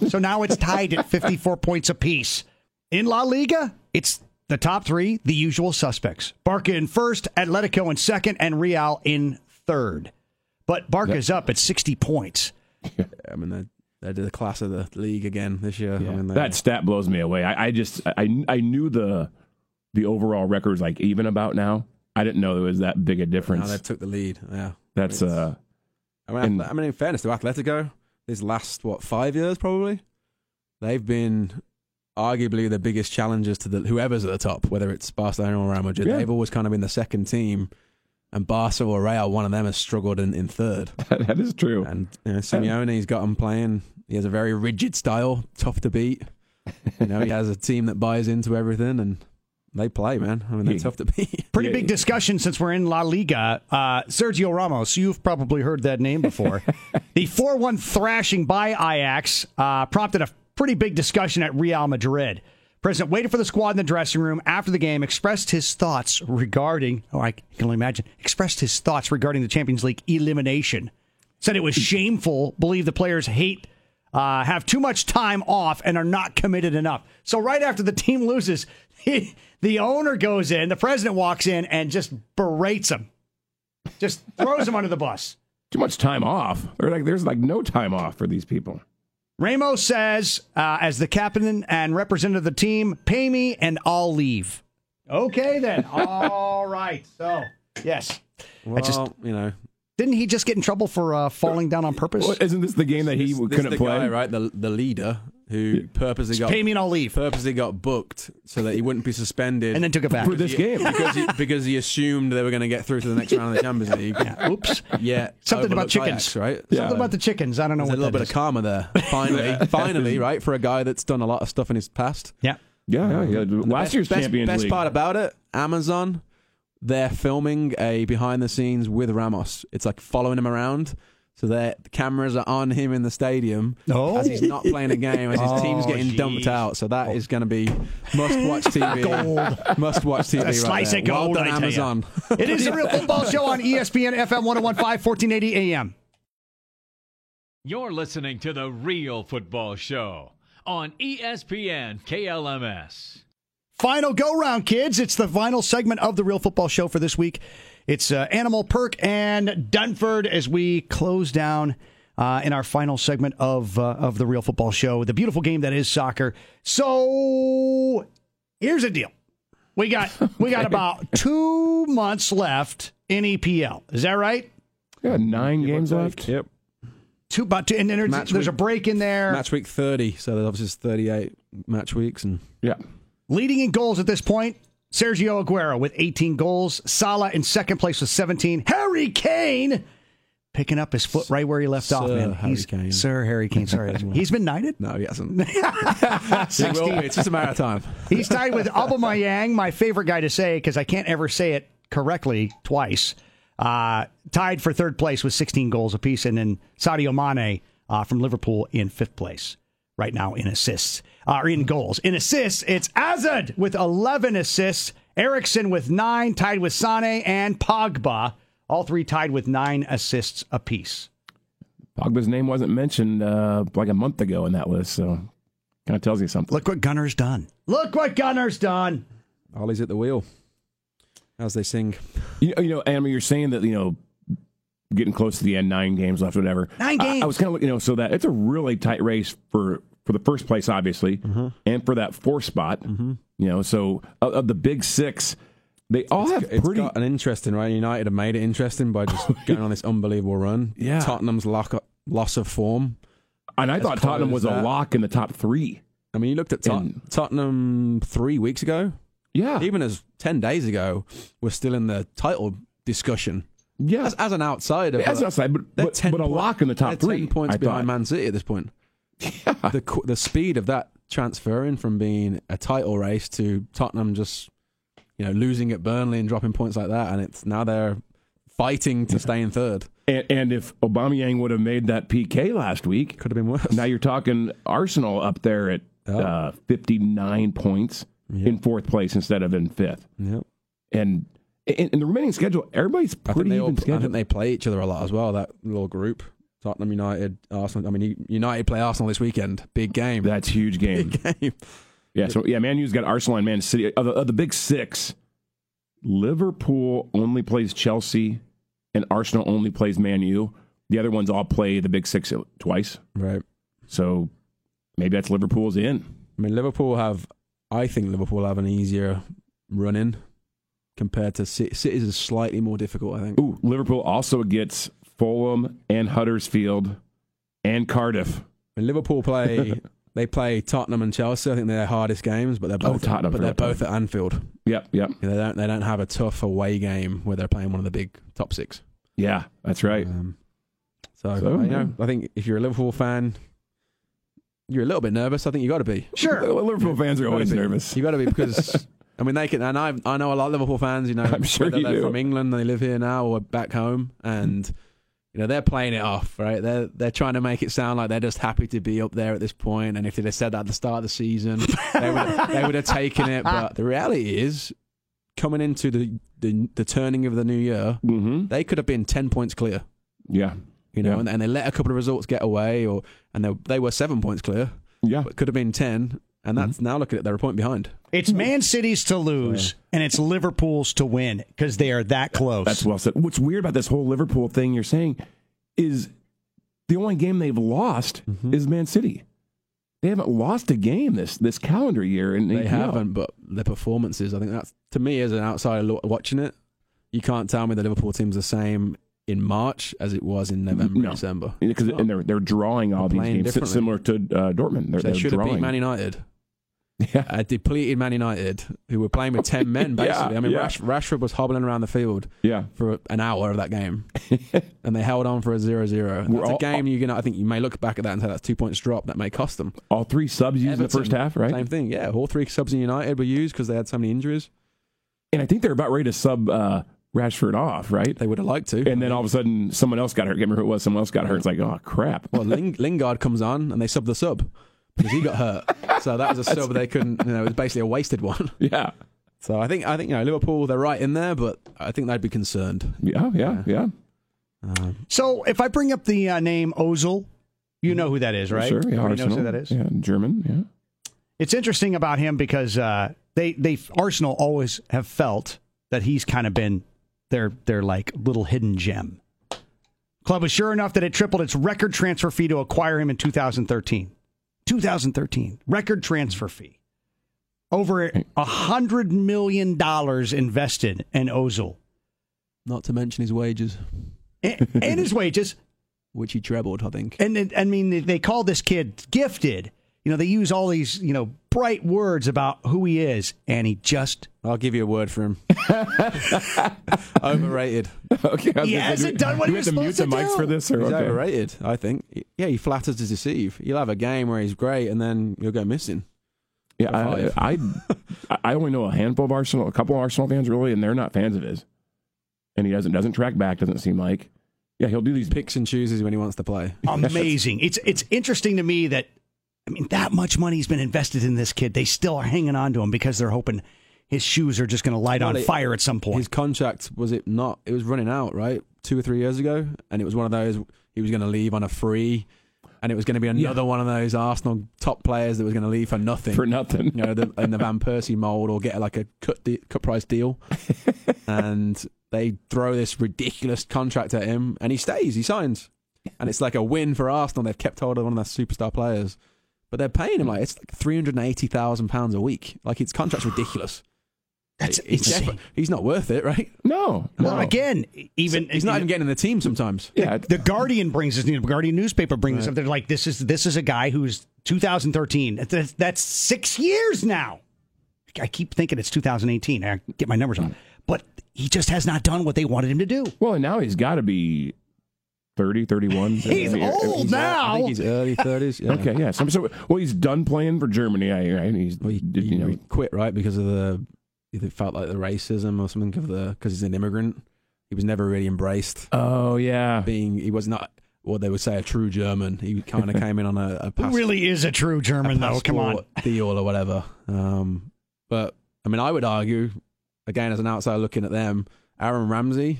so now it's tied at 54 points apiece. In La Liga, it's the top three, the usual suspects: Barca in first, Atletico in second, and Real in third. But Barca's up at 60 points.
I mean, they're, they're the class of the league again this year. I mean, they-
That stat blows me away. I, I just I I knew the the overall record's like even about now. I didn't know there was that big a
now
difference.
they took the lead. Yeah.
That's uh
I mean,
And-
I mean, in fairness to Atletico, these last what five years probably, they've been arguably the biggest challengers to the whoever's at the top, whether it's Barcelona or Real Madrid.
Yeah.
They've always kind of been the second team, and Barca or Real, one of them has struggled in, in third.
that is true.
And you know, Simeone's got him playing. He has a very rigid style, tough to beat. You know, he has a team that buys into everything, and they play, man. I mean, they're
Yeah.
tough to beat.
Pretty
Yeah.
big discussion since we're in La Liga. Uh, Sergio Ramos, you've probably heard that name before. the 4 1 thrashing by Ajax uh, prompted a pretty big discussion at Real Madrid. President waited for the squad in the dressing room after the game, expressed his thoughts regarding, oh, I can only imagine, expressed his thoughts regarding the Champions League elimination. Said it was shameful, believe the players hate uh, have too much time off and are not committed enough. So right after the team loses, the owner goes in, the president walks in and just berates him, just throws him under the bus.
Too much time off. Or like there's like no time off for these people.
Ramos says, uh, as the captain and representative of the team, pay me and I'll leave. Okay then. All right. So yes,
Well,
just-
you know,
didn't he just get in trouble for uh, falling down on purpose?
Well, isn't this the game that he
this- this
couldn't
the
play?
guy, right? The the leader who purposely got
Pay me and I'll leave,
purposely got booked so that he wouldn't be suspended
and then took it back.
For this game.
because he, because he assumed they were going to get through to the next round of the Champions League. Yeah,
Oops.
overlooked
Something about chickens,
Ajax, right?
Yeah.
Something about the chickens. I don't know
There's
what
a little
that
bit
is.
of karma there. Finally, finally, right for a guy that's done a lot of stuff in his past.
yeah.
Yeah, yeah. Last
Best-
year's
best,
Champions
best
League.
part about it, Amazon, they're filming a behind the scenes with Ramos. It's like following him around. So their the cameras are on him in the stadium
Oh.
as he's not playing a game, as his
Oh,
team's getting
jeez.
dumped out. So that is going to be must-watch TV.
Gold.
Must-watch TV.
A slice
right there.
of gold,
well done,
I tell ya.
Amazon.
It is the Real Football Show on E ESPN FM 1015, 1480 AM.
You're listening to The Real Football Show on E ESPN KLMS.
Final go round, kids. It's the final segment of the Real Football Show for this week. It's uh, Animal Perk and Dunford as we close down uh, in our final segment of uh, of the Real Football Show, the beautiful game that is soccer. So here's the deal: we got we got about two months left in EPL. Is that right?
Yeah, nine games
like-
left. Yep.
Two about two, and then there's,
Match
there's a
week-
break in there.
match week 30. So there's obviously 38 match weeks and
Yeah.
Leading in goals at this point, Sergio Aguero with 18 goals, Salah in second place with 17, Harry Kane picking up his foot right where he left off,
Sir
man.
Harry
He's-
Kane.
Sir Harry Kane. Sorry, he's been knighted.
no, oh, he hasn't. He will be. It's just a matter of time.
He's tied with Aubameyang, my favorite guy to say because I can't ever say it correctly twice. Uh, tied for third place with 16 goals apiece, and then Sadio Mane uh, from Liverpool in fifth place right now in assists uh, or in goals. In assists, it's Azad with 11 assists, Eriksson with nine, tied with Sane and Pogba, all three tied with nine assists apiece.
Pogba's name wasn't mentioned uh, like a month ago in that list, so kind of tells you something.
Look what Gunner's done. Look what Gunner's done.
Ollie's at the wheel. As they sing.
You, you know, Anna, you're saying that, you know, getting close to the end, nine games left, whatever.
Nine
I- I,
games.
was kind of, you know, so that it's a really tight race for for the first place,
Mm-hmm.
obviously, and for that four spot. You know, so of, of the big six, They all have
It's
pretty. Oh,
got an interesting right. United have made it interesting by just going on this unbelievable run.
Yeah.
Tottenham's lock, loss of form.
and I
as
thought
close
Tottenham
as
was a
that.
lock in the top three.
I mean, you looked at Tot-
And-
Tottenham three weeks ago,
Yeah,
even as ten days ago, we're still in the title discussion
yeah.
as, as an outsider.
As an outside, but
they're
but,
10
but a
point-
lock in the top
they're
three.
ten points
I
behind
thought.
Man City at this point. The qu- the speed of that transferring from being a title race to Tottenham just you know losing at Burnley and dropping points like that, and it's now they're fighting to stay in third.
And, and if Aubameyang would have made that PK last week,
Could have been worse.
now you're talking Arsenal up there at uh, 59 points in fourth place instead of in fifth.
Yep.
And in, in the remaining schedule,
I
everybody's
think
pretty
they
even
all, I
schedule.
think they play each other a lot as well. That little group, Tottenham United, Arsenal. I mean, U- United play Arsenal this weekend. Big game.
That's huge game.
Big game.
yeah, so yeah, Man U's got Arsenal and Man City. Of the, of the big six, Liverpool only plays Chelsea, and Arsenal only plays Man U. The other ones all play the big six twice.
Right.
So maybe that's Liverpool's in.
I mean, Liverpool have. I think Liverpool have an easier run in compared to City. City's is slightly more difficult. I think.
Ooh, Liverpool also gets Fulham and Huddersfield and Cardiff.
When Liverpool play, they play Tottenham and Chelsea. I think they're their hardest games, but they're
Oh,
both
Tottenham,
but they're
forgot Tottenham.
both at Anfield.
Yep, yep.
They don't they don't have a tough away game where they're playing one of the big top six.
Yeah, that's right.
Um, so
So,
I, you know,
yeah.
I think if you're a Liverpool fan, you're a little bit nervous. I think you got to be.
Sure.
Liverpool fans are always nervous.
You got to be because I mean they can, and I I know a lot of Liverpool fans. You know,
I'm sure
whether
you
they're
do.
from England, they live here now or back home, and you know they're playing it off, right? They're they're trying to make it sound like they're just happy to be up there at this point, and if they'd have said that at the start of the season, they would they would have taken it. But the reality is, coming into the the, the turning of the new year,
Mm-hmm.
they could have been ten points clear
Yeah,
you know,
Yeah.
and, and they let a couple of results get away, or and they, they were seven points clear,
yeah.
but could have been ten, and that's
Mm-hmm.
now looking at they're a point behind.
Hmm.
It's Man City's to lose and it's Liverpool's to win because they are that close.
That's well said. What's weird about this whole Liverpool thing you're saying is the only game they've lost
Mm-hmm.
is Man City. They haven't lost a game this this calendar year, and
They haven't, but their performances, I think that's to me as an outsider lo- watching it, you can't tell me the Liverpool team's the same in March as it was in November,
No.
December.
because and they're they're drawing all these
Playing
games si-
differently.
similar to uh, Dortmund. They're,
They
they're
should have
drawing.
beat Man United.
Yeah.
A depleted Man United, who were playing with ten men
Yeah,
basically. I mean,
yeah.
Rash, Rashford was hobbling around the field.
yeah,
for an hour of that game, and they held on for a zero-zero.
We're
That's
all-
a game you can. I think you may look back at that and say that's two points drop that may cost them.
all three subs used in the
Everton,
first half, right?
Same thing. Yeah, all three subs in United were used because they had so many injuries.
And I think they're about ready to sub uh, Rashford off, right?
They would have liked to.
And then all of a sudden, someone else got hurt. Can't remember who it was. Someone else got hurt. It's like, oh crap.
well, Ling- Lingard comes on and they sub the sub because he got hurt. so that was a sub they couldn't. You know, it was basically a wasted one.
Yeah,
So I think I think you know Liverpool they're right in there, but I think they'd be concerned.
yeah, yeah, yeah.
so if I bring up the uh, name Ozil, you know who that is, right?
Sure. Hmm. Yeah,
Everybody knows
Arsenal.
who that is.
Yeah, German. Yeah.
It's interesting about him because uh, they they Arsenal always have felt that he's kind of been their their like little hidden gem. Club was sure enough that it tripled its record transfer fee to acquire him in 2013. 2013 record transfer fee. Over a hundred million dollars invested in Ozil
Not to mention his wages,
and, and his wages.
which he trebled. I think.
And it, I mean, they- they call this kid gifted. You know, they use all these you know bright words about who he is, and he just
I'll give you a word for him. Overrated.
Okay. I was
He
gonna say,
hasn't
do we-
done what
do
he
we
was
have to mute the
supposed to
mics
do.
for this, or
He's
okay.
overrated, I think. Yeah, he flatters to deceive. He'll have a game where he's great, and then he'll go missing.
Yeah, I, I, I only know a handful of Arsenal, a couple of Arsenal fans really, and they're not fans of his. And he doesn't doesn't track back. Doesn't seem like. Yeah, he'll do these.
Picks and chooses when he wants to play.
amazing. it's it's interesting to me that I mean that much money's been invested in this kid. They still are hanging on to him because they're hoping his shoes are just going to light on
Well, it-
fire at some point.
His contract was it not? It was running out, right? Two or three years ago, and it was one of those he was going to leave on a free, and it was going to be another one of those Arsenal top players that was going to leave for nothing.
for nothing.
you know, the, in the Van Persie mold, or get like a cut de- cut price deal, and they throw this ridiculous contract at him, and he stays, he signs, and it's like a win for Arsenal. They've kept hold of one of their superstar players, but they're paying him like it's like three hundred and eighty thousand pounds a week. Like his contract's ridiculous.
That's
He's,
insane.
defi- he's not worth it, right?
No,
Well,
no.
again, even
He's not even getting in the team sometimes.
Yeah,
the Guardian brings this. The Guardian newspaper brings this up. They're like, this is this is a guy who's 2013. That's, that's six years now. I keep thinking it's 2018. I get my numbers
Mm.
on, but he just has not done what they wanted him to do.
well, and now he's got to be 30, 31.
He's
I mean, I mean,
old
he's-
I
now.
think he's early 30s. Yeah.
Okay, yeah. So, so, well, he's done playing for Germany. I, I he's
Well, he,
you know
he quit, right? Because of the, he felt like the racism or something of the, because he's an immigrant. He was never really embraced.
Oh yeah.
Being, he was not what they would say a true German. He kind of came in on a, a
Who
pass,
really is a true
a
German, though. Come on.
passport deal or whatever. Um, but I mean, I would argue, again, as an outsider looking at them, Aaron Ramsey.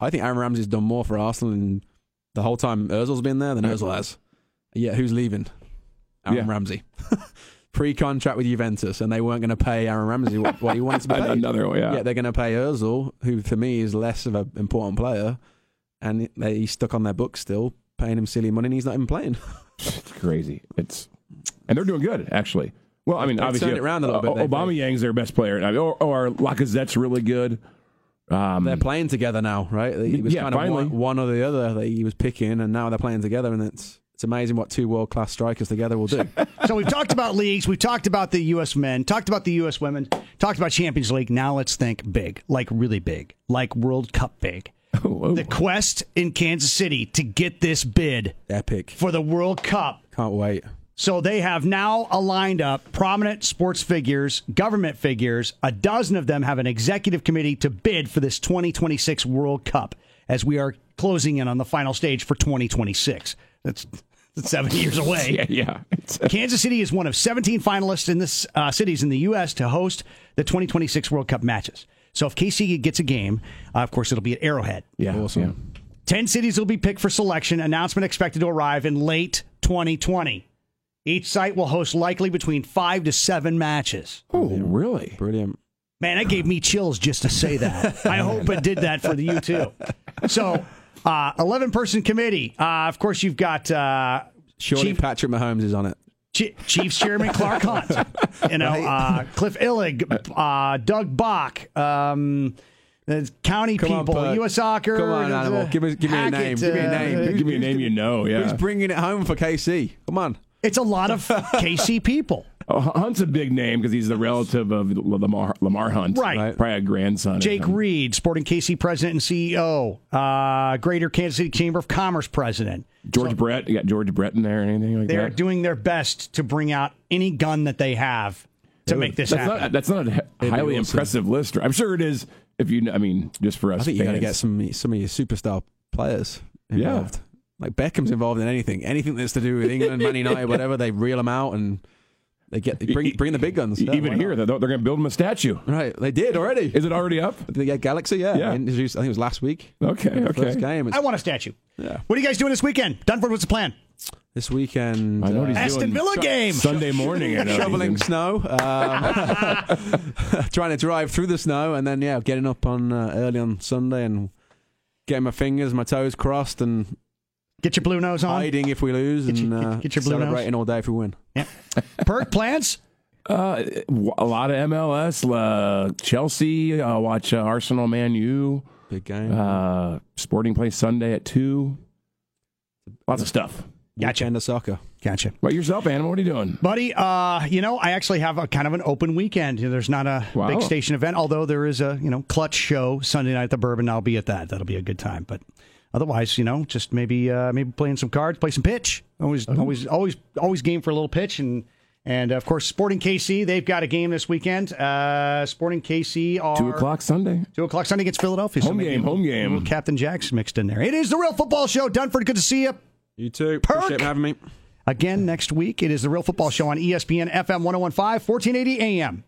I think Aaron Ramsey's done more for Arsenal in the whole time Özil's been there than Özil has. Yeah, who's leaving? Aaron
Yeah.
Ramsey. Pre-contract with Juventus, and they weren't going to pay Aaron Ramsey what, what he wanted to be paid.
Another one, yeah.
Yeah, they're going to pay Özil, who for me is less of an important player, and they, he's stuck on their books still, paying him silly money, and he's not even playing.
It's crazy. It's and they're doing good actually. Well, I mean,
They've
obviously,
turned it around a little bit,
O-
they've-
Obama Yang's their best player, I mean, or, or Lacazette's really good. Um,
they're playing together now, right? It was
Yeah,
kind of
finally.
one, one or the other that he was picking, and now they're playing together, and it's it's amazing what two world class strikers together will do.
So we've talked about leagues, we've talked about the U.S. men, talked about the U.S. women, talked about Champions League. Now let's think big, like really big, like World Cup big.
whoa.
The quest in Kansas City to get this bid
Epic!
for the World Cup
Can't wait.
So they have now aligned up prominent sports figures, government figures. A dozen of them have an executive committee to bid for this 2026 World Cup as we are closing in on the final stage for 2026. That's, that's seven years away.
yeah, yeah. It's-
Kansas City is one of 17 finalists in this uh, cities in the U.S. to host the 2026 World Cup matches. So if KC gets a game, uh, of course it'll be at Arrowhead.
yeah,
Awesome.
yeah.
10 cities will be picked for selection. Announcement expected to arrive in late 2020. Each site will host likely between five to seven matches.
Oh, really?
Brilliant.
Man, that gave me chills just to say that. I hope it did that for the U too. So, uh, 11 person committee. Uh, of course, you've got uh,
Surely
Chief-
Patrick Mahomes is on it.
Chi Chiefs Chairman Clark Hunt, you know, uh, Cliff Illig, uh, Doug Bach, um, the county
Come on,
people,
Perk.
U.S. Soccer. uh,
Come on, Animal. Give us- give me a
Hackett,
name. Give me a name.
uh,
Give me a name you know.
Who's
Yeah,
bringing it home for KC? Come on.
It's a lot of KC people.
oh, Hunt's a big name because he's the relative of Lamar Lamar Hunt,
Right. Right.
Probably a grandson. or
Mm-hmm.
Jake
something.
Reed, Sporting KC president and CEO, uh, Greater Kansas City Chamber of Commerce president.
George Brett. You got George Brett in there or anything like
They're
that?
doing their best to bring out any gun that they have to make this
that's
happen.
not that's not a h- highly
awesome.
impressive list. I'm sure it is. If you, I mean, just for us,
I think you got to
fans.
get some some of your superstar players
Yeah.
involved. Like Beckham's involved in anything, anything that's to do with England, Man United, whatever. They reel them out and they get they bring bring the big guns. Yeah,
E, even
why
here. They're, they're going to build him a statue.
not? right? They did already.
Is it already up?
They got Galaxy, yeah.
Yeah.
They introduced- I think it was last week.
Okay,
First
okay.
game. It's-
I want a statue.
Yeah.
What are you guys doing this weekend? Dunford, what's the plan?
this weekend. uh,
I know what he's
Aston
doing
Villa game.
Sunday morning. uh, I know
shoveling
he's in-
snow, um, trying to drive through the snow, and then yeah, getting up on uh, early on Sunday and getting my fingers, my toes crossed, and
Get your blue nose on.
hiding if we lose,
Um, Get
and
your-
uh,
get your blue nose.
celebrating all day if we win.
Yeah. Perk plans.
Uh, a lot of MLS, uh, Chelsea. Uh, watch uh, Arsenal, Man U.
Big game.
Uh, sporting play Sunday at two. Lots of stuff.
Gotcha.
Weekend of soccer.
Gotcha.
What yourself, animal? What are you doing?
Buddy, uh, you know, I actually have a kind of an open weekend. You know, There's not a
Wow.
big station event, although there is a, you know, clutch show Sunday night at the Bourbon. I'll be at that. That'll be a good time. But otherwise, you know, just maybe uh, maybe playing some cards, play some pitch. Always
Oh.
always always always game for a little pitch and and of course Sporting KC, they've got a game this weekend. Uh, Sporting KC are
Two o'clock Sunday.
Two o'clock Sunday against Philadelphia. So
Home
maybe
game,
a
home game.
little Captain Jack's mixed in there. It is the Real Football Show. Dunford, good to see you.
You too.
Perk!
Appreciate you having me.
E oh Again next week, it is the Real Football Show on ESPN FM 1015, 1480 AM.